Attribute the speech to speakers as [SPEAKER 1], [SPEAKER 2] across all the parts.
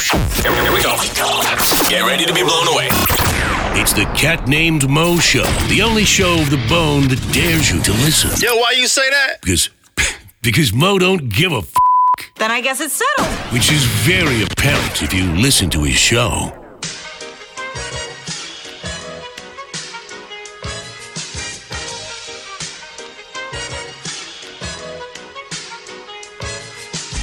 [SPEAKER 1] Here, here we go. Get ready to be blown away.
[SPEAKER 2] It's the Cat Named Mo Show, the only show of the bone that dares you to listen.
[SPEAKER 3] Yo, why you say that?
[SPEAKER 2] Because, because Mo don't give a f,
[SPEAKER 4] Then I guess it's settled.
[SPEAKER 2] which is very apparent if you listen to his show.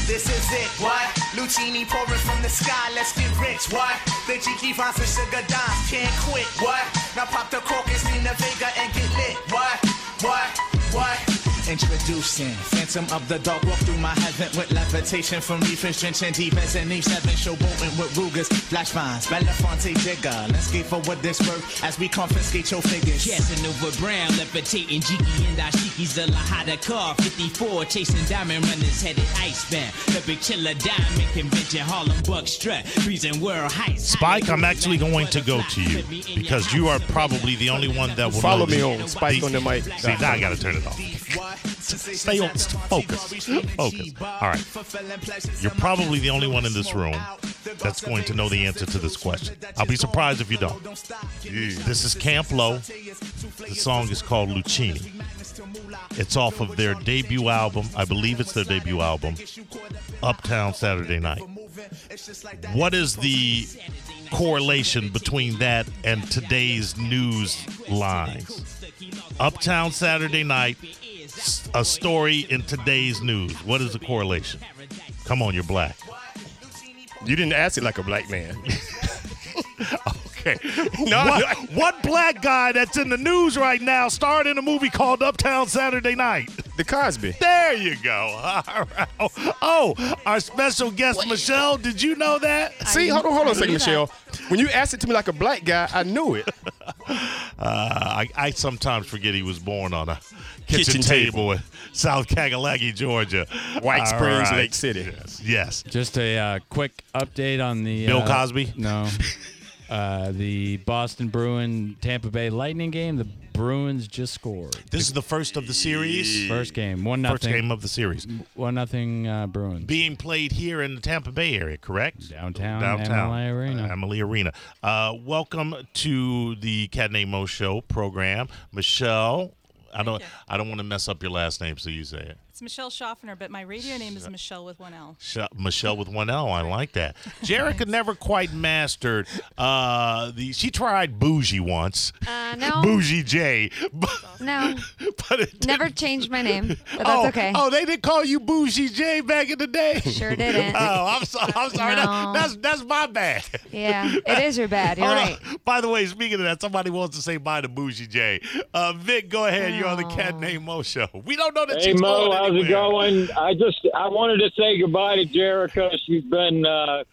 [SPEAKER 5] This is it, what? Lucini pouring from the sky, let's get rich, what? The Jiki finds some sugar dimes, can't quit, what? Now pop the crocus, in the Vega, and get lit, what? What? What? Introducing Phantom of the Dark, walk through my heaven with levitation from reefers, drenching deep as an Eve 7 showboating with Rugers, flash vines, Belafonte Jigger. Let's get for what this worth as we confiscate your figures.
[SPEAKER 6] Casanova Brown, levitating Jiki and Ashiki's the Lahada car. 54, chasing diamond runners headed iceman. The big chiller diamond convention, Harlem Buck strut, freezing world heights.
[SPEAKER 7] Spike, I'm actually going to go to you because you are probably the only one that will
[SPEAKER 3] Follow
[SPEAKER 7] know
[SPEAKER 3] me
[SPEAKER 7] the-
[SPEAKER 3] on Spike on the mic.
[SPEAKER 7] See, now I got to turn it off.
[SPEAKER 5] Stay
[SPEAKER 7] on- st- focus. Focus. All right. You're probably the only one in this room that's going to know the answer to this question. I'll be surprised if you don't. This is Camp Low. The song is called Lucini. It's off of their debut album. I believe it's their debut album, Uptown Saturday Night. What is the correlation between that and today's news lines? Uptown Saturday Night, s- a story in today's news. What is the correlation? Come on, you're black.
[SPEAKER 3] You didn't ask it like a black man.
[SPEAKER 7] Okay.
[SPEAKER 3] No,
[SPEAKER 7] what, what black guy that's in the news right now starred in a movie called Uptown Saturday Night?
[SPEAKER 3] The Cosby.
[SPEAKER 7] There you go. All right. Oh, our special guest, Michelle, did you know that?
[SPEAKER 3] See, hold on, hold on a second, Michelle. When you asked it to me like a black guy, I knew it.
[SPEAKER 7] Uh, I, I sometimes forget he was born on a
[SPEAKER 3] Kitchen
[SPEAKER 7] kitchen, table, in South Kagalagi, Georgia.
[SPEAKER 3] White
[SPEAKER 7] All
[SPEAKER 3] Springs,
[SPEAKER 7] right.
[SPEAKER 3] Lake City.
[SPEAKER 7] Yes.
[SPEAKER 8] Just a uh, quick update on the
[SPEAKER 7] Bill
[SPEAKER 8] uh,
[SPEAKER 7] Cosby?
[SPEAKER 8] No, uh, the Boston Bruin Tampa Bay Lightning game. The Bruins just scored
[SPEAKER 7] This is the first of the series.
[SPEAKER 8] first game one
[SPEAKER 7] First
[SPEAKER 8] nothing
[SPEAKER 7] game of the series.
[SPEAKER 8] one nothing uh, Bruins.
[SPEAKER 7] Being played here in the Tampa Bay area, correct?
[SPEAKER 8] Downtown Amalie Arena.
[SPEAKER 7] Uh, Amalie Arena. Uh, welcome to the Cat Name Mo Show program. Michelle, I don't I don't want to mess up your last name, so you say it.
[SPEAKER 9] It's Michelle Schaffner, but my radio name is Michelle with one L.
[SPEAKER 7] Sh- Michelle with one L. I like that. Jerica never quite mastered uh, the. She tried bougie once,
[SPEAKER 10] Uh, no,
[SPEAKER 7] bougie J, but,
[SPEAKER 10] no,
[SPEAKER 7] but it didn't-
[SPEAKER 10] never changed my name, but that's
[SPEAKER 7] oh,
[SPEAKER 10] okay.
[SPEAKER 7] Oh, they didn't call you bougie J back in the day.
[SPEAKER 10] Sure didn't.
[SPEAKER 7] Oh, I'm, so, I'm sorry. That-
[SPEAKER 10] No.
[SPEAKER 7] that's that's my bad.
[SPEAKER 10] yeah, it is your bad. You're
[SPEAKER 7] Hold on.
[SPEAKER 10] right.
[SPEAKER 7] Uh, By the way, speaking of that, somebody wants to say bye to Bougie J. Uh, Vic, go ahead. You're on the
[SPEAKER 10] Oh.
[SPEAKER 7] Cat Name Mo show. We don't know that
[SPEAKER 11] Hey
[SPEAKER 7] she's
[SPEAKER 11] Mo,
[SPEAKER 7] going
[SPEAKER 11] how's it
[SPEAKER 7] anywhere.
[SPEAKER 11] going? I just I wanted to say goodbye to Jerica. She's been uh,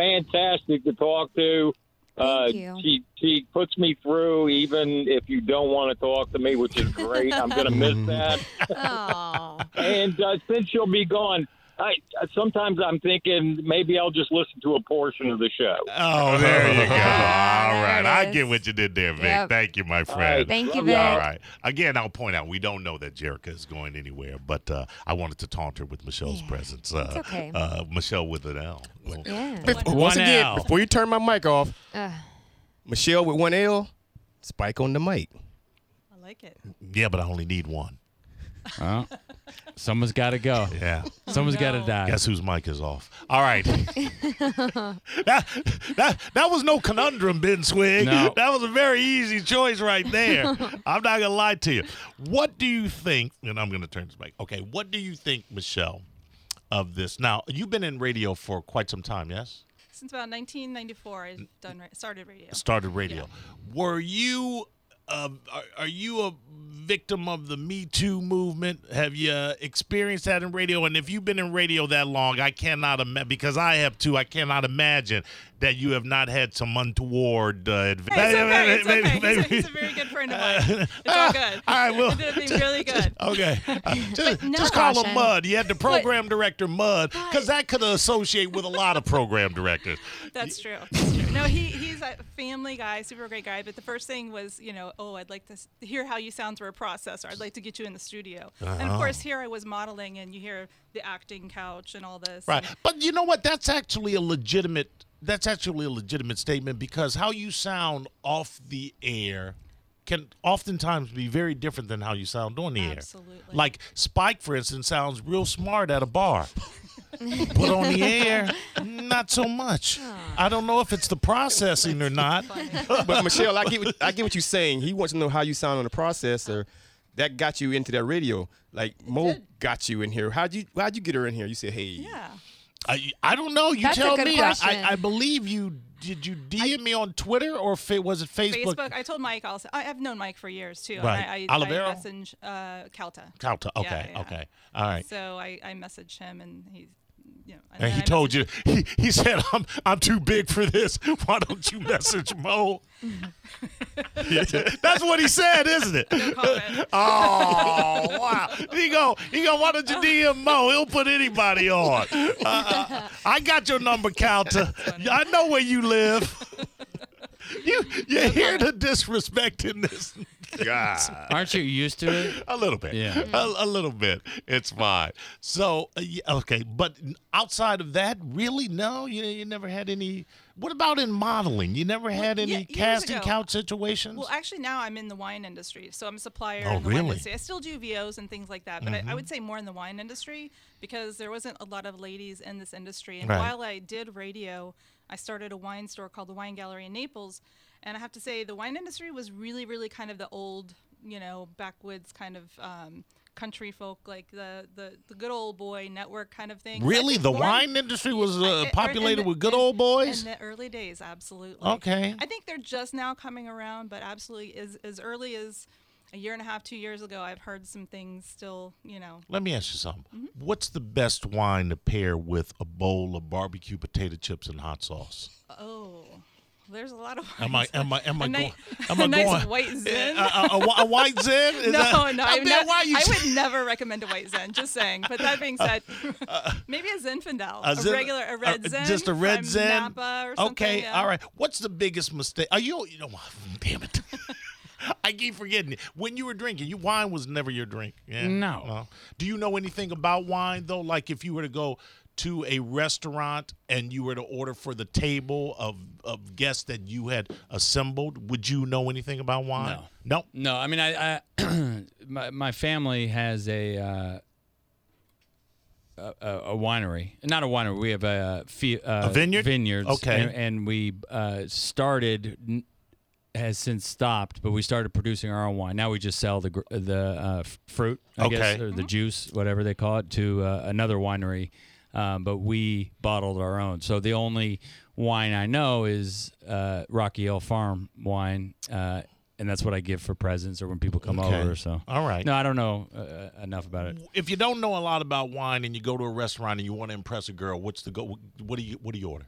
[SPEAKER 11] fantastic to talk to. uh,
[SPEAKER 10] Thank you.
[SPEAKER 11] She she puts me through even if you don't want to talk to me, which is great. I'm gonna miss that.
[SPEAKER 10] Oh,
[SPEAKER 11] And uh, since she'll be gone, I sometimes I'm thinking maybe I'll just listen to a portion of the show.
[SPEAKER 8] Uh,
[SPEAKER 7] Oh, there you go. All
[SPEAKER 10] Ah, there
[SPEAKER 7] right.
[SPEAKER 10] it
[SPEAKER 7] I
[SPEAKER 10] is.
[SPEAKER 7] get what you did there, Vic.
[SPEAKER 10] Yep.
[SPEAKER 7] Thank you, my
[SPEAKER 11] All
[SPEAKER 7] friend.
[SPEAKER 11] right.
[SPEAKER 10] thank you,
[SPEAKER 11] All
[SPEAKER 10] Vic.
[SPEAKER 7] All right. Again, I'll point out we don't know that Jerica is going anywhere, but uh, I wanted to taunt her with Michelle's
[SPEAKER 10] Yeah,
[SPEAKER 7] presence. Uh,
[SPEAKER 10] okay.
[SPEAKER 7] uh, Michelle with an L. Well,
[SPEAKER 10] Yeah.
[SPEAKER 3] Bef- Once
[SPEAKER 8] One
[SPEAKER 3] again,
[SPEAKER 8] L.
[SPEAKER 3] before you turn my mic off,
[SPEAKER 10] Ugh.
[SPEAKER 3] Michelle with one L, Spike on the mic.
[SPEAKER 9] I like it.
[SPEAKER 7] Yeah, but I only need one.
[SPEAKER 8] Oh. Someone's got to go.
[SPEAKER 7] Yeah.
[SPEAKER 8] Someone's got to
[SPEAKER 9] no.
[SPEAKER 8] die.
[SPEAKER 7] Guess whose mic is off? All right. that, that that was no conundrum, Ben Swig.
[SPEAKER 8] No.
[SPEAKER 7] That was a very easy choice right there. I'm not gonna lie to you. What do you think? And I'm gonna turn this back. Okay, what do you think, Michelle, of this? Now you've been in radio for quite some time, yes?
[SPEAKER 9] Since about 1994, I've done ra- started radio.
[SPEAKER 7] Started radio. Were you? Uh, are, are you a victim of the Me Too movement? Have you uh, experienced that in radio? And if you've been in radio that long, I cannot imagine because I have too. I cannot imagine that you have not had some untoward uh, adva-
[SPEAKER 9] Hey, it's okay. It's okay. He's a- He's, a, very good friend of mine. It's all good.
[SPEAKER 7] All right, well,
[SPEAKER 9] It's gonna be really good.
[SPEAKER 7] Okay. Uh, just,
[SPEAKER 10] no
[SPEAKER 7] just call him
[SPEAKER 10] caution.
[SPEAKER 7] Mud. You had the program director Mud because that could associate with a lot of program directors.
[SPEAKER 9] That's true. That's true. No, he, he's a family guy, super great guy. But the first thing was, you know, oh, I'd like to s- hear how you sound through a processor. I'd like to get you in the studio.
[SPEAKER 7] Uh-huh.
[SPEAKER 9] And of course, here I was modeling, and you hear the acting couch and all this.
[SPEAKER 7] Right.
[SPEAKER 9] and-
[SPEAKER 7] But you know what? That's actually a legitimate that's actually a legitimate statement because how you sound off the air can oftentimes be very different than how you sound on the air.
[SPEAKER 9] Absolutely.
[SPEAKER 7] Like Spike, for instance, sounds real smart at a bar, but on the air, not so much. I don't know if it's the processing or not.
[SPEAKER 12] but Michelle, I get what, I get what you're saying. He wants to know how you sound on the processor. That got you into that radio. Like Mo got you in here. How'd you How'd you get her in here? You said, hey.
[SPEAKER 9] Yeah.
[SPEAKER 7] I, I don't know. You
[SPEAKER 9] That's a
[SPEAKER 7] tell
[SPEAKER 9] good
[SPEAKER 7] me. I, I,
[SPEAKER 9] question.
[SPEAKER 7] I believe you. Did you DM me on Twitter or fa- was it
[SPEAKER 9] Facebook. I told Mike also. I, I've known Mike for years too. and
[SPEAKER 7] Right.
[SPEAKER 9] I, I,
[SPEAKER 7] Olivero?
[SPEAKER 9] I message uh, Calta.
[SPEAKER 7] Calta.
[SPEAKER 9] Yeah,
[SPEAKER 7] Okay.
[SPEAKER 9] yeah.
[SPEAKER 7] Okay. All right.
[SPEAKER 9] So I, I messaged him and he, you know,
[SPEAKER 7] And he told you he, he said I'm I'm too big for this. Why don't you message Mo? That's what he said, isn't it? oh wow! He go he go. Why don't you DM Mo? He'll put anybody on. Uh, uh, I got your number, Calta. I know where you live. You you hear the disrespect in this? God,
[SPEAKER 8] aren't you used to it?
[SPEAKER 7] A little bit.
[SPEAKER 8] Yeah.
[SPEAKER 7] A, a little bit. It's fine. So, uh, yeah, okay. But outside of that, really, no? You, you never had any. What about in modeling? You never had any
[SPEAKER 9] yeah, years
[SPEAKER 7] casting
[SPEAKER 9] ago.
[SPEAKER 7] couch situations?
[SPEAKER 9] Well, actually, now I'm in the wine industry, so I'm a supplier.
[SPEAKER 7] Oh,
[SPEAKER 9] in the wine
[SPEAKER 7] really?
[SPEAKER 9] industry. I still do VOs and things like that, but I, I
[SPEAKER 7] Mhm.
[SPEAKER 9] would say more in the wine industry because there wasn't a lot of ladies in this industry. And
[SPEAKER 10] Right.
[SPEAKER 9] while I did radio, I started a wine store called the Wine Gallery in Naples, and I have to say the wine industry was really, really kind of the old, you know, backwoods kind of. Um, country folk like the, the the good old boy network kind of thing I
[SPEAKER 7] really?
[SPEAKER 9] think
[SPEAKER 7] The
[SPEAKER 9] more-
[SPEAKER 7] wine industry was
[SPEAKER 9] I-
[SPEAKER 7] uh,
[SPEAKER 9] I- in
[SPEAKER 7] populated
[SPEAKER 9] the-
[SPEAKER 7] with good old boys?
[SPEAKER 9] in the early days, absolutely.
[SPEAKER 7] Okay.
[SPEAKER 9] I think they're just now coming around, but absolutely, as as early as a year and a half, two years ago, I've heard some things still. You know,
[SPEAKER 7] Let me ask you something.
[SPEAKER 9] Mm-hmm.
[SPEAKER 7] What's the best wine to pair with a bowl of barbecue potato chips and hot sauce?
[SPEAKER 9] oh, there's a lot of.
[SPEAKER 7] Am I am I am I
[SPEAKER 9] A
[SPEAKER 7] going?
[SPEAKER 9] nice-
[SPEAKER 7] Am I
[SPEAKER 9] a nice
[SPEAKER 7] going-
[SPEAKER 9] white Zen.
[SPEAKER 7] A, a- a whi- a white zen? Is
[SPEAKER 9] no,
[SPEAKER 7] that-
[SPEAKER 9] no,
[SPEAKER 7] I
[SPEAKER 9] I've
[SPEAKER 7] mean,
[SPEAKER 9] never-
[SPEAKER 7] why you Uh,
[SPEAKER 9] I would never recommend a white Zen. Just saying. But that being said, maybe a Zinfandel, a,
[SPEAKER 7] Zen- uh,
[SPEAKER 9] regular, a red Zen,
[SPEAKER 7] just a red
[SPEAKER 9] from
[SPEAKER 7] Zen.
[SPEAKER 9] Napa or something.
[SPEAKER 7] okay,
[SPEAKER 9] yeah.
[SPEAKER 7] all right. What's the biggest mistake? Are you? You know, what? damn it. I keep forgetting it. When you were drinking, you wine was never your drink. Yeah.
[SPEAKER 8] No.
[SPEAKER 7] Do you know anything about wine though? Like if you were to go to a restaurant and you were to order for the table of of guests that you had assembled, would you know anything about wine? No. Nope.
[SPEAKER 8] No, I mean, I, I my, my family has a, uh, a a winery, not a winery. We have a, fe- uh,
[SPEAKER 7] vineyard?
[SPEAKER 8] vineyards.
[SPEAKER 7] Okay.
[SPEAKER 8] and, and we uh, started n- has since stopped, but we started producing our own wine. Now we just sell the gr- the uh, f- fruit, I guess,
[SPEAKER 7] Okay.
[SPEAKER 8] or the juice, whatever they call it, to uh, another winery. Um, but we bottled our own. So the only wine I know is uh, Rocky Hill Farm wine, uh, and that's what I give for presents or when people come
[SPEAKER 7] Okay.
[SPEAKER 8] over. So
[SPEAKER 7] All right.
[SPEAKER 8] no, I don't know uh, enough about it.
[SPEAKER 7] If you don't know a lot about wine and you go to a restaurant and you want to impress a girl, what's the go? What do you What do you order?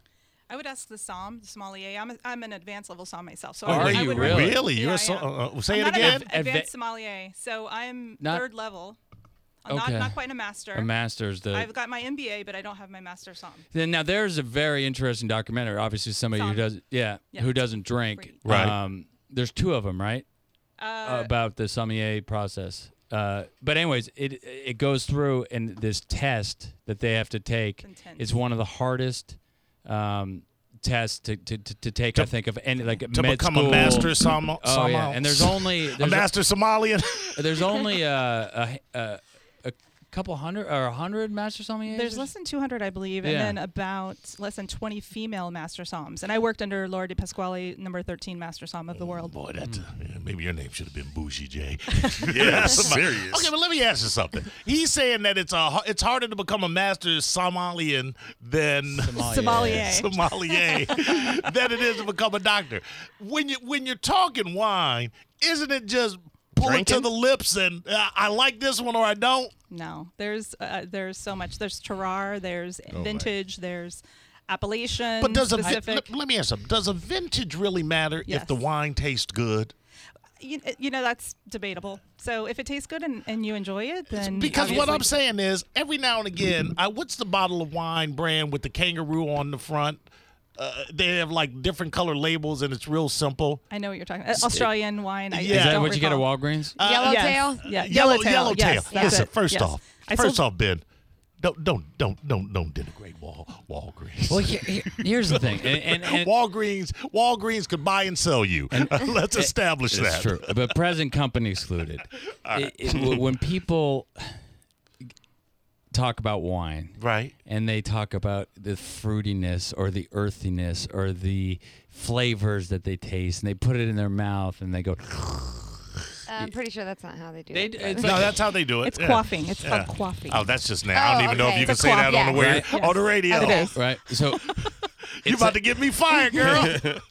[SPEAKER 9] I would ask the Psalm, the sommelier. I'm, a, I'm an advanced level Psalm myself. So
[SPEAKER 7] Oh,
[SPEAKER 9] I,
[SPEAKER 7] are
[SPEAKER 9] I
[SPEAKER 7] you
[SPEAKER 9] would
[SPEAKER 7] really?
[SPEAKER 9] recommend-
[SPEAKER 7] Really? You're a
[SPEAKER 9] Yeah,
[SPEAKER 7] so-
[SPEAKER 9] yeah.
[SPEAKER 7] uh, uh,
[SPEAKER 9] I'm
[SPEAKER 7] say it
[SPEAKER 9] not an
[SPEAKER 7] again.
[SPEAKER 9] adv- advanced sommelier. So I'm
[SPEAKER 8] Not-
[SPEAKER 9] third level. I'm
[SPEAKER 8] Okay.
[SPEAKER 9] not, not quite a master.
[SPEAKER 8] A master's the-
[SPEAKER 9] I've got my MBA, but I don't have my master Psalm.
[SPEAKER 8] Then now there's a very interesting documentary. Obviously, somebody who
[SPEAKER 9] Some.
[SPEAKER 8] does yeah,
[SPEAKER 9] Yeah.
[SPEAKER 8] who doesn't drink.
[SPEAKER 7] Right.
[SPEAKER 8] Um, there's two of them, right?
[SPEAKER 9] Uh,
[SPEAKER 8] About the sommelier process. Uh, but anyways, it it goes through and this test that they have to take
[SPEAKER 9] Intense.
[SPEAKER 8] is one of the hardest um, tests to, to, to, to take. I think of any like
[SPEAKER 7] to
[SPEAKER 8] med
[SPEAKER 7] become a
[SPEAKER 8] school.
[SPEAKER 7] master Somo-
[SPEAKER 8] Oh yeah,
[SPEAKER 7] Somo-
[SPEAKER 8] and there's only
[SPEAKER 7] A
[SPEAKER 8] there's
[SPEAKER 7] master Somalian.
[SPEAKER 8] there's only uh, a, a a couple hundred or a hundred master sommeliers.
[SPEAKER 9] There's less than 200, I believe,
[SPEAKER 8] Yeah.
[SPEAKER 9] and then about less than 20 female master psalms. And I worked under Laura De Pasquale, number 13 master psalm
[SPEAKER 8] Oh,
[SPEAKER 9] of the world.
[SPEAKER 7] Boy,
[SPEAKER 8] uh,
[SPEAKER 7] that's Mm. yeah, maybe your name should have been Bougie J.
[SPEAKER 9] Yeah,
[SPEAKER 12] serious.
[SPEAKER 7] Okay, but let me ask you something. He's saying that it's a har- it's harder to become a master Somalian than
[SPEAKER 9] Sommelier.
[SPEAKER 7] Sommelier than it is to become a doctor. When you when you're talking wine, isn't it just pull it to
[SPEAKER 9] Drinking?
[SPEAKER 7] the lips and uh, I like this one or I don't?
[SPEAKER 9] No, there's uh, there's so much. There's Terrar, there's
[SPEAKER 7] Oh, my.
[SPEAKER 9] vintage, there's Appalachian
[SPEAKER 8] Mm,
[SPEAKER 7] But does a vi-
[SPEAKER 9] specific.
[SPEAKER 7] let, let me ask something. Does a vintage really matter if
[SPEAKER 9] Yes.
[SPEAKER 7] the wine tastes good?
[SPEAKER 9] you, you know that's debatable. So if it tastes good and, and you enjoy it, then
[SPEAKER 7] Because what I'm
[SPEAKER 9] Mm, obviously-
[SPEAKER 7] saying is, every now and again, I, what's the bottle of wine brand with the kangaroo on the front? Uh, they have like different color labels, and it's real simple.
[SPEAKER 9] I know what you're talking. about. Australian wine. I,
[SPEAKER 7] Yeah.
[SPEAKER 8] Is
[SPEAKER 7] I
[SPEAKER 8] that
[SPEAKER 7] don't
[SPEAKER 8] what you get at
[SPEAKER 7] recall.
[SPEAKER 8] Walgreens?
[SPEAKER 9] Yellowtail?
[SPEAKER 7] yes.
[SPEAKER 9] Yeah,
[SPEAKER 7] Uh, yellow,
[SPEAKER 9] yellowtail,
[SPEAKER 7] yellowtail.
[SPEAKER 9] yes, that's
[SPEAKER 7] Listen,
[SPEAKER 9] it,
[SPEAKER 7] first
[SPEAKER 9] yes.
[SPEAKER 7] off,
[SPEAKER 9] I
[SPEAKER 7] first
[SPEAKER 9] sold-
[SPEAKER 7] off, Ben, Don't don't don't don't don't denigrate Wal Walgreens.
[SPEAKER 8] Well, he- he- here's the thing, and- and- and-
[SPEAKER 7] Walgreens Walgreens could buy and sell you. Let's establish
[SPEAKER 8] It's
[SPEAKER 7] that.
[SPEAKER 8] true, but present company excluded.
[SPEAKER 7] right.
[SPEAKER 8] It- it- when people talk about wine,
[SPEAKER 7] right,
[SPEAKER 8] and they talk about the fruitiness or the earthiness or the flavors that they taste, and they put it in their mouth and they go.
[SPEAKER 10] I'm pretty sure that's not how they do it.
[SPEAKER 7] no, that's how they do it.
[SPEAKER 10] It's quaffing. It's called quaffing.
[SPEAKER 7] Oh, that's just now. I don't
[SPEAKER 10] Oh,
[SPEAKER 7] even know if
[SPEAKER 10] okay.
[SPEAKER 7] you can
[SPEAKER 10] It's a
[SPEAKER 7] say
[SPEAKER 10] quaff,
[SPEAKER 7] that on the
[SPEAKER 10] yeah.
[SPEAKER 7] way
[SPEAKER 10] Right.
[SPEAKER 7] on the radio.
[SPEAKER 10] It is.
[SPEAKER 8] Right. So
[SPEAKER 7] you about to get me fired, girl.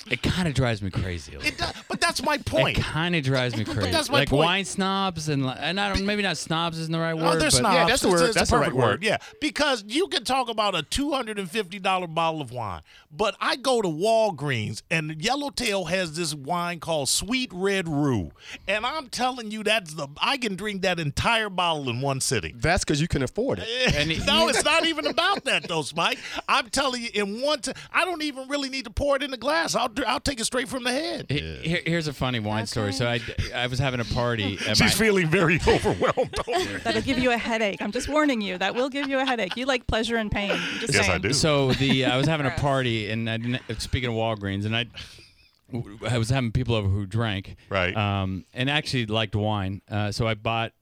[SPEAKER 8] it kind of drives me crazy. a little.
[SPEAKER 7] It does, but that's my point.
[SPEAKER 8] It kind of drives me crazy.
[SPEAKER 7] that's my
[SPEAKER 8] like
[SPEAKER 7] point.
[SPEAKER 8] wine snobs and li- and I don't, maybe not snobs isn't the right word.
[SPEAKER 7] Oh, they're
[SPEAKER 8] but-
[SPEAKER 7] snobs. It's- it's
[SPEAKER 12] That's the
[SPEAKER 7] the
[SPEAKER 12] right
[SPEAKER 7] perfect
[SPEAKER 12] word.
[SPEAKER 7] Yeah, because you can talk about a two hundred and fifty dollar bottle of wine, but I go to Walgreens and Yellowtail has this wine called Sweet Red Rue, and I'm telling you, that's the I can drink that entire bottle in one sitting.
[SPEAKER 12] That's because you can afford it.
[SPEAKER 7] no, it's not even about that, though, Mike. I'm telling you, in one, t- I don't even really need to pour it in the glass. I'll dr- I'll take it straight from the head.
[SPEAKER 8] He- here- here's a funny wine story. So I, I was having a party. At
[SPEAKER 7] She's feeling very overwhelmed.
[SPEAKER 9] That'll give you a headache. I'm just warning you. That will give you a headache. You like pleasure and pain. I'm Just saying.
[SPEAKER 8] So the uh, I was having a party, and I didn't, speaking of Walgreens, and I, I was having people over who drank, right? Um, and actually liked wine. Uh, so I bought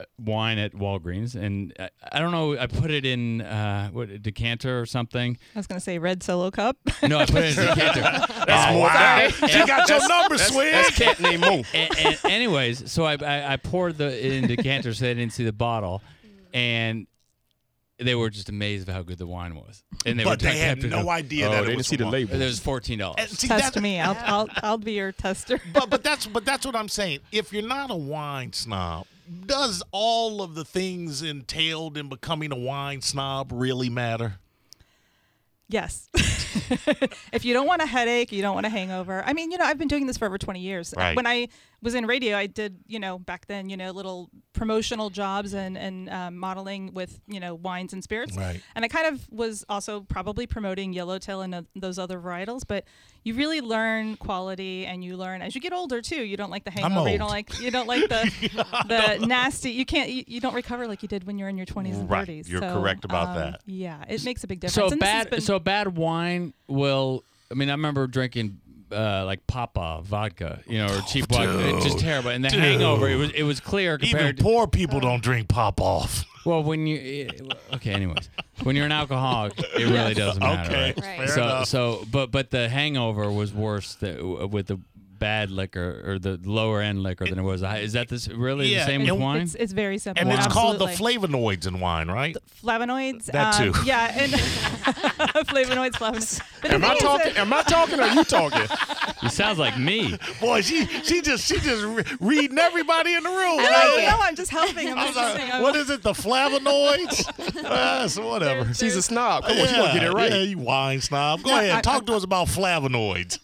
[SPEAKER 8] uh, wine at Walgreens, and I, I don't know. I put it in uh, what a decanter or something.
[SPEAKER 9] I was gonna say red solo cup.
[SPEAKER 8] No, I put it in a decanter.
[SPEAKER 3] Oh,
[SPEAKER 9] That's more-
[SPEAKER 7] She got your number, Swig.
[SPEAKER 8] And- and anyways, so I, I I poured the it in decanter so they didn't see the bottle, and they were just amazed of how good the wine was. And they
[SPEAKER 7] But they
[SPEAKER 8] were I
[SPEAKER 7] had
[SPEAKER 8] kept it
[SPEAKER 7] no
[SPEAKER 8] up.
[SPEAKER 7] idea Oh, that it they didn't was see the wine. label.
[SPEAKER 8] It was fourteen dollars.
[SPEAKER 9] Test me. I'll, I'll I'll be your tester.
[SPEAKER 7] But but that's but that's what I'm saying. If you're not a wine snob, does all of the things entailed in becoming a wine snob really matter?
[SPEAKER 9] Yes. if you don't want a headache, you don't want a hangover. I mean, you know, I've been doing this for over 20 years. Uh,
[SPEAKER 7] Right.
[SPEAKER 9] When I was in radio, I did, you know, back then, you know, little promotional jobs and and um, modeling with, you know, wines and spirits.
[SPEAKER 13] Right.
[SPEAKER 9] And I kind of was also probably promoting yellowtail and uh, those other varietals, but you really learn quality and you learn as you get older too. You don't like the hangover. You don't
[SPEAKER 7] old.
[SPEAKER 9] like you don't like the the nasty. You can't you, you don't recover like you did when you're in your 20s and
[SPEAKER 7] Right.
[SPEAKER 9] 30s.
[SPEAKER 7] You're
[SPEAKER 9] So, um,
[SPEAKER 7] correct about that.
[SPEAKER 9] Yeah, it makes a big difference.
[SPEAKER 8] So
[SPEAKER 9] And this has
[SPEAKER 8] bad,
[SPEAKER 9] been-
[SPEAKER 8] so bad wine will. I mean, I remember drinking uh, like Papa vodka, you know, or cheap vodka, It's just
[SPEAKER 7] dude.
[SPEAKER 8] terrible. And the
[SPEAKER 7] Dude.
[SPEAKER 8] hangover, it was it was clear
[SPEAKER 7] Even
[SPEAKER 8] compared. to,
[SPEAKER 7] poor people don't drink pop off.
[SPEAKER 8] well, when you eh, okay, anyways, when you're an alcoholic, it really
[SPEAKER 7] Yes.
[SPEAKER 8] doesn't matter.
[SPEAKER 7] Okay,
[SPEAKER 8] right?
[SPEAKER 7] Right. fair
[SPEAKER 8] so
[SPEAKER 7] enough.
[SPEAKER 8] so, but but the hangover was worse tha- with the bad liquor or the lower end liquor than it was. the high- Is that this really the same with wine?
[SPEAKER 9] It's, it's very simple.
[SPEAKER 7] And it's called the
[SPEAKER 9] absolutely.
[SPEAKER 7] flavonoids in wine, right?
[SPEAKER 9] flavonoids.
[SPEAKER 7] That
[SPEAKER 9] um,
[SPEAKER 7] too.
[SPEAKER 9] yeah, and flavonoids, flavonoids. But the
[SPEAKER 12] Am I
[SPEAKER 9] thing is
[SPEAKER 12] talking?
[SPEAKER 9] that-
[SPEAKER 12] Am I talking? Or are you talking?
[SPEAKER 8] It sounds like me.
[SPEAKER 7] Boy, she she just she just re- reading everybody in the room.
[SPEAKER 9] No,
[SPEAKER 7] man.
[SPEAKER 9] oh, no, I'm just helping. I'm
[SPEAKER 7] I
[SPEAKER 9] just
[SPEAKER 7] was like,
[SPEAKER 9] listening. I'm-
[SPEAKER 7] what is it? The flavonoids? uh, so whatever.
[SPEAKER 12] She's a snob. Come on, she gonna get it
[SPEAKER 7] Yeah,
[SPEAKER 12] right.
[SPEAKER 7] Yeah, you wine snob. Go
[SPEAKER 9] No,
[SPEAKER 7] ahead.
[SPEAKER 9] I-
[SPEAKER 7] talk to us about flavonoids.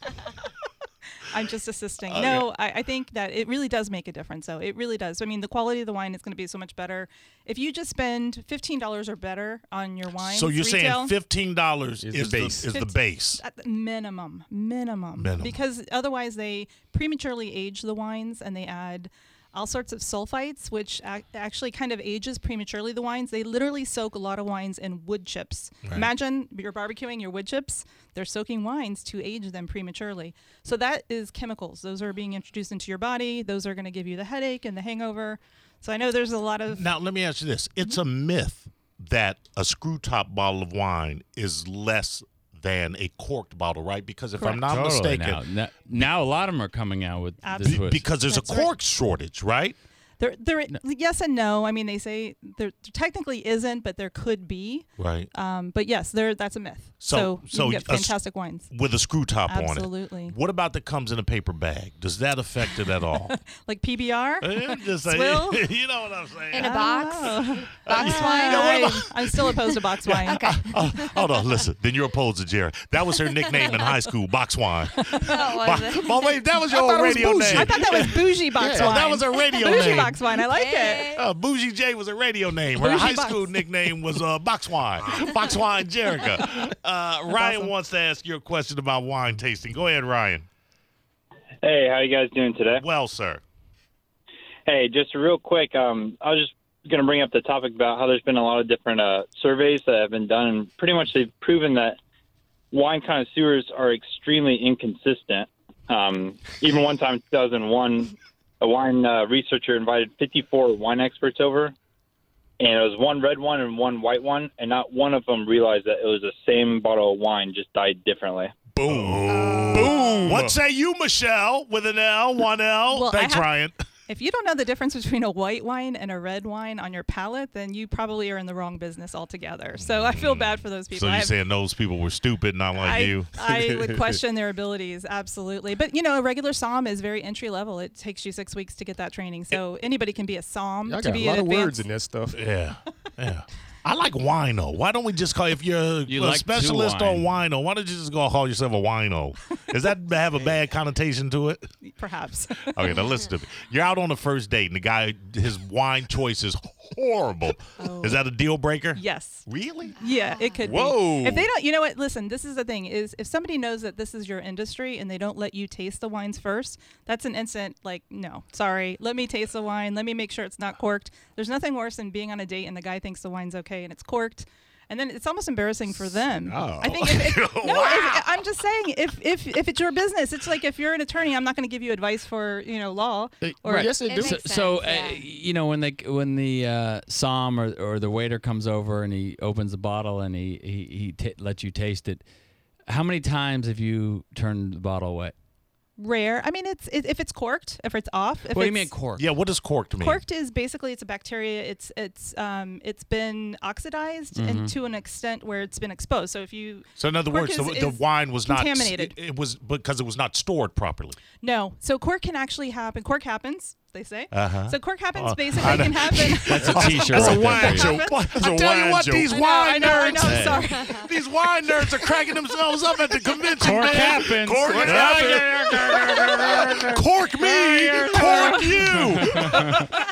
[SPEAKER 9] I'm just assisting.
[SPEAKER 7] Okay.
[SPEAKER 9] No, I, I think that it really does make a difference. So it really does. I mean, the quality of the wine is going to be so much better if you just spend fifteen dollars or better on your wine.
[SPEAKER 7] So you're
[SPEAKER 9] retail,
[SPEAKER 7] saying fifteen dollars is,
[SPEAKER 12] the
[SPEAKER 7] the
[SPEAKER 12] base.
[SPEAKER 7] is the
[SPEAKER 9] Fifteen-
[SPEAKER 7] base.
[SPEAKER 9] At the minimum, minimum,
[SPEAKER 7] Minimum.
[SPEAKER 9] Because otherwise, they prematurely age the wines and they add all sorts of sulfites, which ac- actually kind of ages prematurely the wines. They literally soak a lot of wines in wood chips.
[SPEAKER 13] Right.
[SPEAKER 9] Imagine you're barbecuing your wood chips, they're soaking wines to age them prematurely. So that is chemicals. Those are being introduced into your body, those are going to give you the headache and the hangover. So I know there's a lot of.
[SPEAKER 7] Now let me ask you this: It's a
[SPEAKER 9] Mm-hmm.
[SPEAKER 7] myth that a screw top bottle of wine is less than a corked bottle, right? Because if I'm not
[SPEAKER 8] Totally
[SPEAKER 7] mistaken,
[SPEAKER 8] now. N- now a lot of them are coming out with
[SPEAKER 9] Absolutely.
[SPEAKER 8] this twist.
[SPEAKER 7] because there's
[SPEAKER 9] That's
[SPEAKER 7] a
[SPEAKER 9] right.
[SPEAKER 7] cork shortage, right?
[SPEAKER 9] There, there, yes and no. I mean, they say there technically isn't, but there could be.
[SPEAKER 7] Right.
[SPEAKER 9] Um, but yes, there that's a myth. So,
[SPEAKER 7] So-
[SPEAKER 9] you
[SPEAKER 7] so
[SPEAKER 9] can get
[SPEAKER 7] a s-
[SPEAKER 9] fantastic wines.
[SPEAKER 7] With a screw top on it.
[SPEAKER 9] Absolutely.
[SPEAKER 7] What about that comes in a paper bag? Does that affect it at all?
[SPEAKER 9] Like PBR.
[SPEAKER 7] I'm just saying.
[SPEAKER 9] Swill?
[SPEAKER 7] you know what I'm saying.
[SPEAKER 10] In
[SPEAKER 9] I
[SPEAKER 10] a
[SPEAKER 9] don't
[SPEAKER 10] box.
[SPEAKER 9] know.
[SPEAKER 10] Box
[SPEAKER 9] I,
[SPEAKER 10] wine.
[SPEAKER 9] I'm still opposed to box wine.
[SPEAKER 10] Okay.
[SPEAKER 7] Oh, hold on, listen. Then you're opposed to Jared. That was her nickname in high school, Box Wine.
[SPEAKER 10] That Oh, was it.
[SPEAKER 7] Well, wait, that was
[SPEAKER 9] Oh, I
[SPEAKER 7] your
[SPEAKER 9] thought it
[SPEAKER 7] old
[SPEAKER 9] was
[SPEAKER 7] Oh, radio
[SPEAKER 9] bougie.
[SPEAKER 7] name.
[SPEAKER 9] I thought that was bougie box
[SPEAKER 7] Yeah,
[SPEAKER 9] wine.
[SPEAKER 7] that was her radio
[SPEAKER 9] bougie
[SPEAKER 7] name.
[SPEAKER 9] box wine. I like it.
[SPEAKER 7] Uh, Bougie J was a radio name. Her
[SPEAKER 9] Bougie
[SPEAKER 7] high
[SPEAKER 9] Box.
[SPEAKER 7] school nickname was uh, Box Wine. Box Wine Jerica. Uh, Ryan wants to ask you a question about wine tasting. Go ahead, Ryan.
[SPEAKER 14] Hey, how you guys doing today?
[SPEAKER 7] Well, sir.
[SPEAKER 14] Hey, just real quick, um, I was just
[SPEAKER 13] going to bring up the topic about how there's been a lot of different uh, surveys that have been done, and pretty much they've proven that wine connoisseurs are extremely inconsistent. Um, even one time, in 2001, a wine uh, researcher invited 54 wine experts over, and it was one red one and one white one, and not one of them realized that it was the same bottle of wine, just dyed differently.
[SPEAKER 7] Boom. Boom. Uh, What say you, Michelle, with an L, one L?
[SPEAKER 9] Well, I
[SPEAKER 7] Thanks,
[SPEAKER 9] have-
[SPEAKER 7] Ryan.
[SPEAKER 9] If you don't know the difference between a white wine and a red wine on your palate, then you probably are in the wrong business altogether. So I feel bad for those people.
[SPEAKER 7] So
[SPEAKER 9] I
[SPEAKER 7] you're
[SPEAKER 9] have-
[SPEAKER 7] saying those people were stupid, not like
[SPEAKER 9] I,
[SPEAKER 7] you?
[SPEAKER 9] I would question their abilities, absolutely. But you know, a regular psalm is very entry level. It takes you six weeks to get that training, so anybody can be a psalm.
[SPEAKER 3] Y'all
[SPEAKER 9] to
[SPEAKER 3] got
[SPEAKER 9] be
[SPEAKER 3] a lot
[SPEAKER 9] an
[SPEAKER 3] of words
[SPEAKER 9] advanced-
[SPEAKER 3] in that stuff.
[SPEAKER 7] Yeah. Yeah. I like wino. Why don't we just call if you're a,
[SPEAKER 3] You
[SPEAKER 7] a
[SPEAKER 3] like to
[SPEAKER 7] specialist on wino? Why don't you just go call yourself a wino? Does that have a bad connotation to it?
[SPEAKER 9] perhaps.
[SPEAKER 7] Okay, now listen to me. You're out on the first date, and the guy his wine choice is horrible. Is that a deal breaker?
[SPEAKER 9] Yes.
[SPEAKER 7] Really?
[SPEAKER 9] Yeah, it could
[SPEAKER 7] Whoa.
[SPEAKER 9] be. If they don't, you know what? Listen, this is the thing: is if somebody knows that this is your industry and they don't let you taste the wines first, that's an instant like, no, sorry. Let me taste the wine. Let me make sure it's not corked. There's nothing worse than being on a date and the guy thinks the wine's okay and it's corked. And then it's almost embarrassing for them. I think if, if- no, if, I'm just saying if, if if it's your business, it's like if you're an attorney, I'm not going to give you advice for you know law. Or
[SPEAKER 8] So, so, uh, you know when the when the uh, psalm or, or the waiter comes over and he opens the bottle and he he, he t- lets you taste it, how many times have you turned the bottle away?
[SPEAKER 9] rare. I mean, it's it, if it's corked, if it's off. If
[SPEAKER 8] what do you
[SPEAKER 9] it's-
[SPEAKER 8] mean corked?
[SPEAKER 7] Yeah, what does corked mean?
[SPEAKER 9] Corked is basically it's a bacteria. It's it's um it's been oxidized and
[SPEAKER 7] Mhm.
[SPEAKER 9] to an extent where it's been exposed. So if you
[SPEAKER 7] So in other
[SPEAKER 9] cork
[SPEAKER 7] words,
[SPEAKER 9] is-
[SPEAKER 7] the, the
[SPEAKER 9] is
[SPEAKER 7] wine was not
[SPEAKER 9] contaminated.
[SPEAKER 7] It, it was because it was not stored properly.
[SPEAKER 9] no, so cork can actually happen. Cork happens. They say.
[SPEAKER 7] Uh-huh.
[SPEAKER 9] So cork happens
[SPEAKER 7] Uh,
[SPEAKER 9] basically
[SPEAKER 7] I know.
[SPEAKER 9] can happen.
[SPEAKER 7] That's a t-shirt That's a right there wine for you. joke. What? That's
[SPEAKER 9] I
[SPEAKER 7] a wine joke. I know, I know, I know, I'm
[SPEAKER 9] I'm sorry.
[SPEAKER 7] These wine nerds are cracking themselves up at the convention.
[SPEAKER 9] Cork
[SPEAKER 7] man.
[SPEAKER 9] happens.
[SPEAKER 7] Cork,
[SPEAKER 9] What
[SPEAKER 7] happens. cork me. cork you.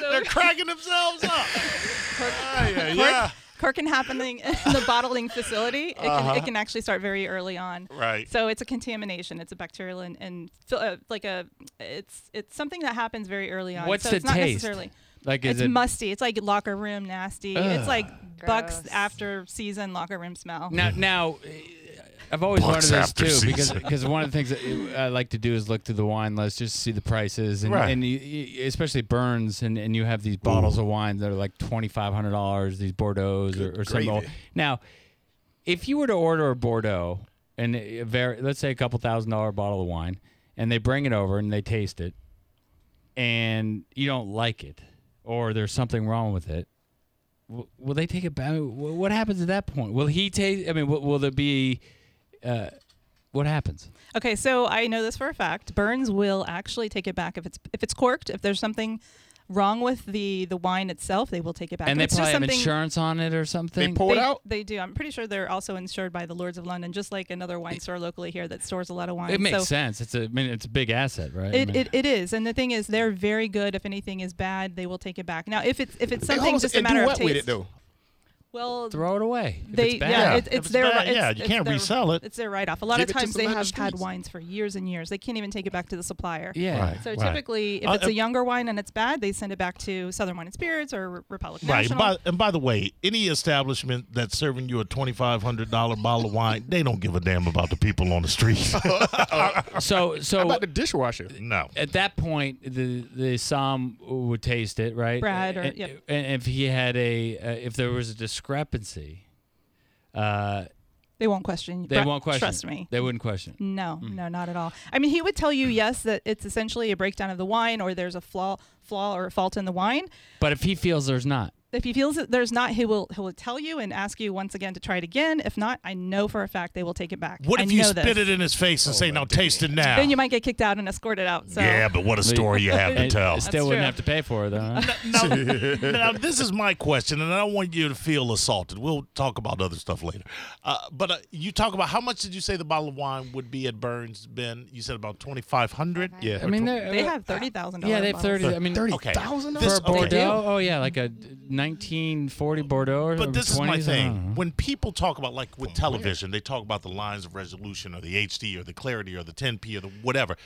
[SPEAKER 7] They're cracking themselves up. Ah, yeah,
[SPEAKER 9] cork,
[SPEAKER 7] yeah.
[SPEAKER 9] cork can happening in the bottling facility. It,
[SPEAKER 7] Uh-huh.
[SPEAKER 9] can, it can actually start very early on.
[SPEAKER 7] Right.
[SPEAKER 9] So it's a contamination. It's a bacterial and, and fil- uh, like a it's it's something that happens very early on.
[SPEAKER 8] What's
[SPEAKER 9] so
[SPEAKER 8] the
[SPEAKER 9] it's not
[SPEAKER 8] taste?
[SPEAKER 9] necessarily.
[SPEAKER 8] Like, is
[SPEAKER 9] it's
[SPEAKER 8] it-
[SPEAKER 9] musty. It's like locker room nasty.
[SPEAKER 8] Ugh.
[SPEAKER 9] It's like Bucks after season locker room smell.
[SPEAKER 8] Now now. uh, I've always
[SPEAKER 7] Bucks
[SPEAKER 8] wanted
[SPEAKER 7] after
[SPEAKER 8] this too because
[SPEAKER 7] season.
[SPEAKER 8] because one of the things that I like to do is look through the wine list just to see the prices and,
[SPEAKER 7] Right.
[SPEAKER 8] and you- you, especially Burns and, and you have these bottles of wine that are like twenty five hundred dollars these Bordeaux or, or some
[SPEAKER 14] gravy.
[SPEAKER 8] old. Now, if you were to order a Bordeaux and a very let's say a couple thousand dollar bottle of wine and they bring it over and they taste it and you don't like it or there's something wrong with it, w- will they take it back? Wh- What happens at that point? Will he take? I mean, will, will there be? Uh, what happens?
[SPEAKER 9] Okay, so I know this for a fact. Burns will actually take it back if it's if it's corked. If there's something wrong with the the wine itself, they will take it back.
[SPEAKER 8] and
[SPEAKER 9] If
[SPEAKER 8] they
[SPEAKER 9] it's
[SPEAKER 8] probably
[SPEAKER 9] just
[SPEAKER 8] have
[SPEAKER 9] something-
[SPEAKER 8] insurance on it or something.
[SPEAKER 9] They do. I'm pretty sure they're also insured by the Lords of London, just like another wine store locally here that stores a lot of wine.
[SPEAKER 8] It makes
[SPEAKER 9] So
[SPEAKER 8] sense. It's a I mean, it's a big asset, right? I
[SPEAKER 9] It,
[SPEAKER 8] mean-
[SPEAKER 9] it, it is, and the thing is, they're very good. If anything is bad, they will take it back. Now, if it's if it's
[SPEAKER 8] They
[SPEAKER 9] something
[SPEAKER 8] almost-
[SPEAKER 9] just a
[SPEAKER 8] and do
[SPEAKER 9] matter
[SPEAKER 8] what
[SPEAKER 9] of
[SPEAKER 8] with
[SPEAKER 9] taste,
[SPEAKER 8] it, though?
[SPEAKER 9] Well,
[SPEAKER 8] throw it away. If
[SPEAKER 9] They
[SPEAKER 8] it's bad.
[SPEAKER 9] yeah,
[SPEAKER 8] Yeah.
[SPEAKER 9] it,
[SPEAKER 8] If
[SPEAKER 9] it's,
[SPEAKER 8] it's
[SPEAKER 9] their
[SPEAKER 8] bad,
[SPEAKER 9] it's-
[SPEAKER 8] yeah, you
[SPEAKER 9] it's
[SPEAKER 8] can't
[SPEAKER 9] their-
[SPEAKER 8] resell it.
[SPEAKER 9] It's their write off. A lot
[SPEAKER 8] Give it
[SPEAKER 9] of
[SPEAKER 8] to
[SPEAKER 9] times they
[SPEAKER 8] somebody on the
[SPEAKER 9] have had
[SPEAKER 8] streets.
[SPEAKER 9] wines for years and years. They can't even take it back to the supplier.
[SPEAKER 8] Yeah. Right,
[SPEAKER 9] So
[SPEAKER 7] right.
[SPEAKER 9] typically, if
[SPEAKER 7] Uh,
[SPEAKER 9] it's
[SPEAKER 7] uh,
[SPEAKER 9] a younger wine and it's bad, they send it back to Southern Wine and Spirits or Re- Republic
[SPEAKER 7] Right.
[SPEAKER 9] National.
[SPEAKER 7] And by, and by the way, any establishment that's serving you a $2,500 bottle of wine, they don't give a damn about the people on the street.
[SPEAKER 8] so so
[SPEAKER 7] about
[SPEAKER 8] the
[SPEAKER 3] dishwasher?
[SPEAKER 7] No.
[SPEAKER 8] At that point, the the psalm would taste it, right?
[SPEAKER 9] Brad or-
[SPEAKER 8] and,
[SPEAKER 9] yep.
[SPEAKER 8] and if he had a uh, if there was a discrepancy, uh,
[SPEAKER 9] They won't question.
[SPEAKER 8] they
[SPEAKER 9] Bra-
[SPEAKER 8] won't question.
[SPEAKER 9] Trust
[SPEAKER 8] it.
[SPEAKER 9] me.
[SPEAKER 8] They Mm. wouldn't question. it.
[SPEAKER 9] No, no, not at all. I mean, he would tell you yes that it's essentially a breakdown of the wine, or there's a flaw, flaw or a fault in the wine.
[SPEAKER 8] But if he feels there's not,
[SPEAKER 9] If he feels that there's not, he will he will tell you and ask you once again to try it again. If not, I know for a fact they will take it back.
[SPEAKER 7] What
[SPEAKER 9] I
[SPEAKER 7] if you
[SPEAKER 9] know
[SPEAKER 7] spit
[SPEAKER 9] this.
[SPEAKER 7] it in his face
[SPEAKER 8] Oh,
[SPEAKER 7] and say, now taste it now?
[SPEAKER 9] Then you might get kicked out and escorted out. So.
[SPEAKER 7] Yeah, but what a story you have to
[SPEAKER 8] And
[SPEAKER 7] tell.
[SPEAKER 8] Still wouldn't have to pay for it, though. huh?
[SPEAKER 7] now, this is my question, and I don't want you to feel assaulted. We'll talk about other stuff later. Uh, but uh, you talk about how much did you say the bottle of wine would be at Burns, Ben? You said about twenty five hundred. Yeah,
[SPEAKER 8] I mean, they're-
[SPEAKER 9] They have thirty thousand dollars.
[SPEAKER 8] Yeah, they have thirty. I mean,
[SPEAKER 7] okay.
[SPEAKER 8] for
[SPEAKER 7] This-
[SPEAKER 8] a
[SPEAKER 7] okay.
[SPEAKER 8] Bordeaux. Oh yeah, like a nineteen forty Bordeaux.
[SPEAKER 7] But this is
[SPEAKER 8] 20s,
[SPEAKER 7] my
[SPEAKER 8] I don't know.
[SPEAKER 7] thing. When people talk about, like Mm-hmm. with television, they talk about the lines of resolution or the HD or the clarity or the 10p or the whatever.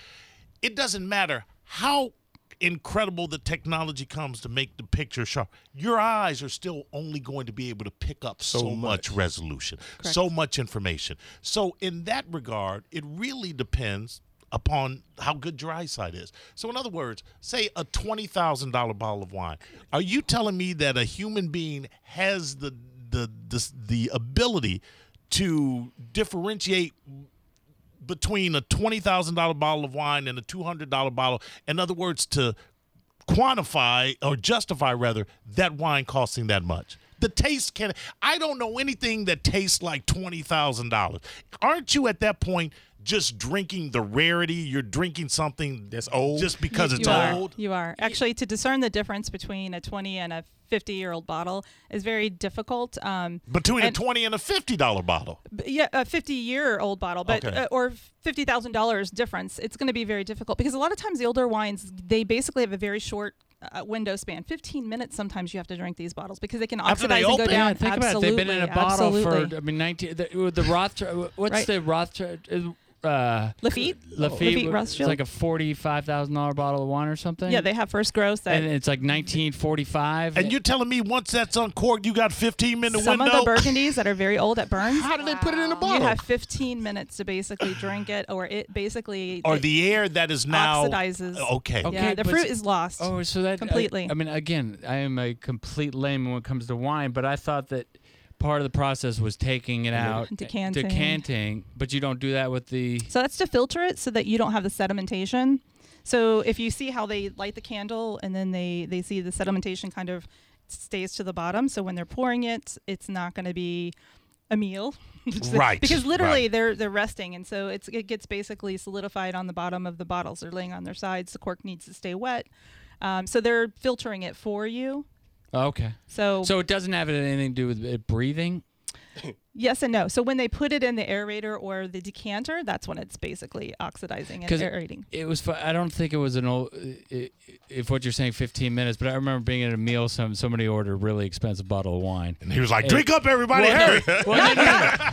[SPEAKER 7] It doesn't matter how incredible the technology comes to make the picture sharp. Your eyes are still only going to be able to pick up so, much. resolution, so much information. So in that regard, it really depends upon how good your eyesight is. So in other words, say a $20,000 bottle of wine. Are you telling me that a human being has the the the, the ability to differentiate between a twenty thousand dollar bottle of wine and a two hundred dollar bottle. In other words, to quantify or justify rather that wine costing that much. The taste can. I don't know anything that tastes like twenty thousand dollars. Aren't you at that point? Just drinking the rarity, you're drinking something that's old, just because it's
[SPEAKER 9] you are.
[SPEAKER 7] old.
[SPEAKER 9] You are actually to discern the difference between a 20 and a 50 year old bottle is very difficult. Um,
[SPEAKER 7] Between
[SPEAKER 9] and-
[SPEAKER 7] a twenty and a fifty dollar bottle.
[SPEAKER 9] b- yeah, a 50 year old bottle, but
[SPEAKER 7] Okay.
[SPEAKER 9] uh, or $50,000 difference, it's going to be very difficult because a lot of times the older wines, they basically have a very short uh, window span 15 minutes sometimes you have to drink these bottles because they can oxidize and go down
[SPEAKER 8] Yeah, think
[SPEAKER 9] absolutely
[SPEAKER 8] about it. They've been in a bottle
[SPEAKER 9] absolutely.
[SPEAKER 8] for I mean 19 the, the Rothschild what's
[SPEAKER 9] Right.
[SPEAKER 8] the Rothschild uh
[SPEAKER 9] Lafitte?
[SPEAKER 8] Lafitte,
[SPEAKER 9] Lafitte
[SPEAKER 8] it's
[SPEAKER 9] Rothschild?
[SPEAKER 8] like a forty-five thousand dollar bottle of wine or something.
[SPEAKER 9] yeah they have first gross that
[SPEAKER 8] and it's like nineteen forty-five.
[SPEAKER 7] And you're telling me once that's uncorked, you got fifteen minute
[SPEAKER 9] some
[SPEAKER 7] window.
[SPEAKER 9] of the burgundies that are very old at Burns. How
[SPEAKER 7] do they put it in a
[SPEAKER 9] You
[SPEAKER 7] bottle?
[SPEAKER 9] have 15 minutes to basically drink it, or it basically
[SPEAKER 7] or
[SPEAKER 9] it
[SPEAKER 7] the air that is now Oh,
[SPEAKER 9] oxidizes.
[SPEAKER 7] Okay.
[SPEAKER 9] yeah, the
[SPEAKER 8] but-
[SPEAKER 9] fruit is lost.
[SPEAKER 8] Oh, so that I-
[SPEAKER 9] completely.
[SPEAKER 8] I, mean, again, I am a complete layman when it comes to wine, but I thought that part of the process was taking it out,
[SPEAKER 9] Decanting.
[SPEAKER 8] decanting. But you don't do that with the.
[SPEAKER 9] So that's to filter it so that you don't have the sedimentation. So if you see how they light the candle and then they they see the sedimentation kind of stays to the bottom. So when they're pouring it, it's not going to be a meal.
[SPEAKER 7] Right,
[SPEAKER 9] Because literally
[SPEAKER 7] right.
[SPEAKER 9] they're they're resting and so it's it gets basically solidified on the bottom of the bottles. They're laying on their sides. The cork needs to stay wet. Um, so they're filtering it for you.
[SPEAKER 8] Oh, okay.
[SPEAKER 9] So-
[SPEAKER 8] So it doesn't have anything to do with it breathing.
[SPEAKER 9] Yes and no. So when they put it in the aerator or the decanter, that's when it's basically oxidizing and aerating.
[SPEAKER 8] It was. fu- I don't think it was an old. i- i- If what you're saying, 15 minutes. But I remember being at a meal. Some somebody ordered a really expensive bottle of wine, and
[SPEAKER 7] he was like, "Drink up, everybody,
[SPEAKER 8] well,
[SPEAKER 7] hurry."
[SPEAKER 8] No, well, no, no,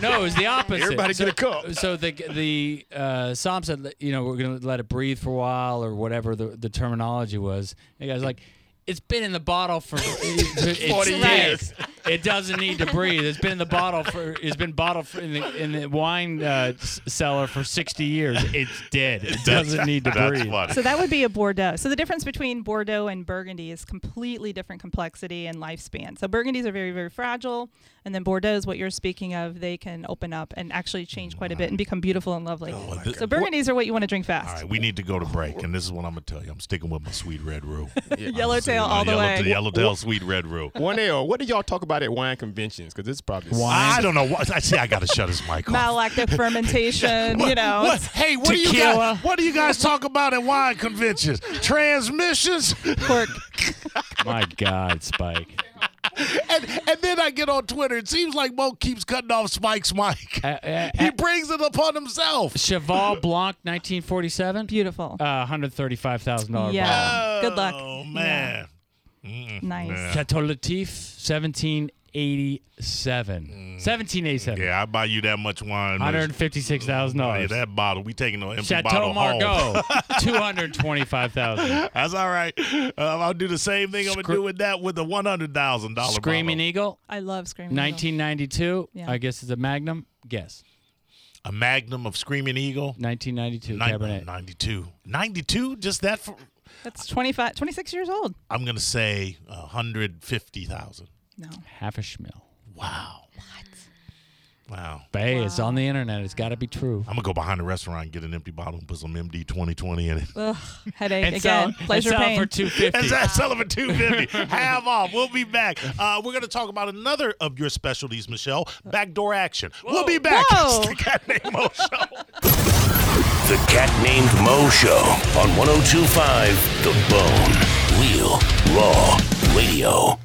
[SPEAKER 8] no, no, it was the opposite.
[SPEAKER 7] Everybody
[SPEAKER 8] so,
[SPEAKER 7] get a cup.
[SPEAKER 8] So the the uh, psalm said, let- you know, we're gonna let it breathe for a while or whatever the the terminology was. And the guy's like. It's been in the bottle for it's-
[SPEAKER 7] 40
[SPEAKER 8] it's-
[SPEAKER 7] years.
[SPEAKER 8] It doesn't need to breathe. It's been in the bottle for. It's been bottled for in the in the wine uh, s- cellar for 60 years. It's dead. It doesn't need to
[SPEAKER 7] That's
[SPEAKER 8] breathe.
[SPEAKER 7] funny.
[SPEAKER 9] So that would be a Bordeaux. So the difference between Bordeaux and Burgundy is completely different complexity and lifespan. So Burgundies are very, very fragile, and then Bordeaux is what you're speaking of. They can open up and actually change quite a bit and become beautiful and lovely.
[SPEAKER 7] th-
[SPEAKER 9] so Burgundies are what you want to drink
[SPEAKER 7] Oh, All
[SPEAKER 9] fast.
[SPEAKER 7] right, we need to go to break, and this is what I'm gonna tell you. I'm sticking with my sweet red rule.
[SPEAKER 9] Yellowtail all the
[SPEAKER 7] yellow,
[SPEAKER 9] way.
[SPEAKER 7] Yellowtail sweet red rule.
[SPEAKER 12] One L. What do y'all talk about at wine conventions? Because it's probably
[SPEAKER 7] I don't know. What, I see. I gotta shut his mic off.
[SPEAKER 9] Malactic fermentation, you know.
[SPEAKER 7] What- Hey, what do you
[SPEAKER 9] Tequila.
[SPEAKER 7] guys? What do you guys talk about at wine conventions? Transmissions.
[SPEAKER 9] Pork.
[SPEAKER 8] My God, Spike.
[SPEAKER 7] and and then I get on Twitter. It seems like Mo keeps cutting off Spike's mic. he brings it upon himself.
[SPEAKER 8] Cheval Blanc, 1947.
[SPEAKER 9] Beautiful.
[SPEAKER 8] Uh, $135,000 bottle.
[SPEAKER 9] Yeah. Good luck.
[SPEAKER 7] Oh man.
[SPEAKER 9] Nice.
[SPEAKER 8] Chateau Latif, 1787. 1787.
[SPEAKER 7] Mm. Yeah, I buy you that much wine. Yeah,
[SPEAKER 8] $156,000.
[SPEAKER 7] that bottle. We taking an empty
[SPEAKER 8] Chateau
[SPEAKER 7] bottle home.
[SPEAKER 8] Margaux, 225000
[SPEAKER 7] That's all right. Uh, I'll do the same thing I'm gonna
[SPEAKER 8] Scre-
[SPEAKER 7] do with that with the one hundred thousand dollar
[SPEAKER 8] Screaming Eagle,
[SPEAKER 9] I love Screaming Eagle.
[SPEAKER 8] 1992.
[SPEAKER 9] Yeah.
[SPEAKER 8] I guess it's a Magnum. Guess.
[SPEAKER 7] A Magnum of Screaming Eagle.
[SPEAKER 8] 1992
[SPEAKER 7] Nin-
[SPEAKER 8] E- Cabernet.
[SPEAKER 7] 92. 92? Just that? For,
[SPEAKER 9] That's 25, 26 years old.
[SPEAKER 7] I'm gonna say hundred fifty thousand.
[SPEAKER 9] No.
[SPEAKER 8] Half a schmil.
[SPEAKER 7] Wow. What? Wow.
[SPEAKER 8] But hey, it's on the internet. It's got to be true.
[SPEAKER 7] I'm gonna go behind the restaurant and get an empty bottle and put some MD 2020 in it.
[SPEAKER 9] Ugh, headache
[SPEAKER 8] And
[SPEAKER 9] again.
[SPEAKER 8] sell- and
[SPEAKER 9] Pleasure
[SPEAKER 8] sell
[SPEAKER 9] pain.
[SPEAKER 8] for 250.
[SPEAKER 7] And that's sell it for 250. Have off. We'll be back. Uh, we're going to talk about another of your specialties, Michelle. Backdoor action. We'll be back.
[SPEAKER 9] Whoa.
[SPEAKER 7] It's the Cat Named
[SPEAKER 2] The Cat Named
[SPEAKER 7] Mo Show.
[SPEAKER 2] Mo Show oh on 1025 The Bone. Real, raw radio.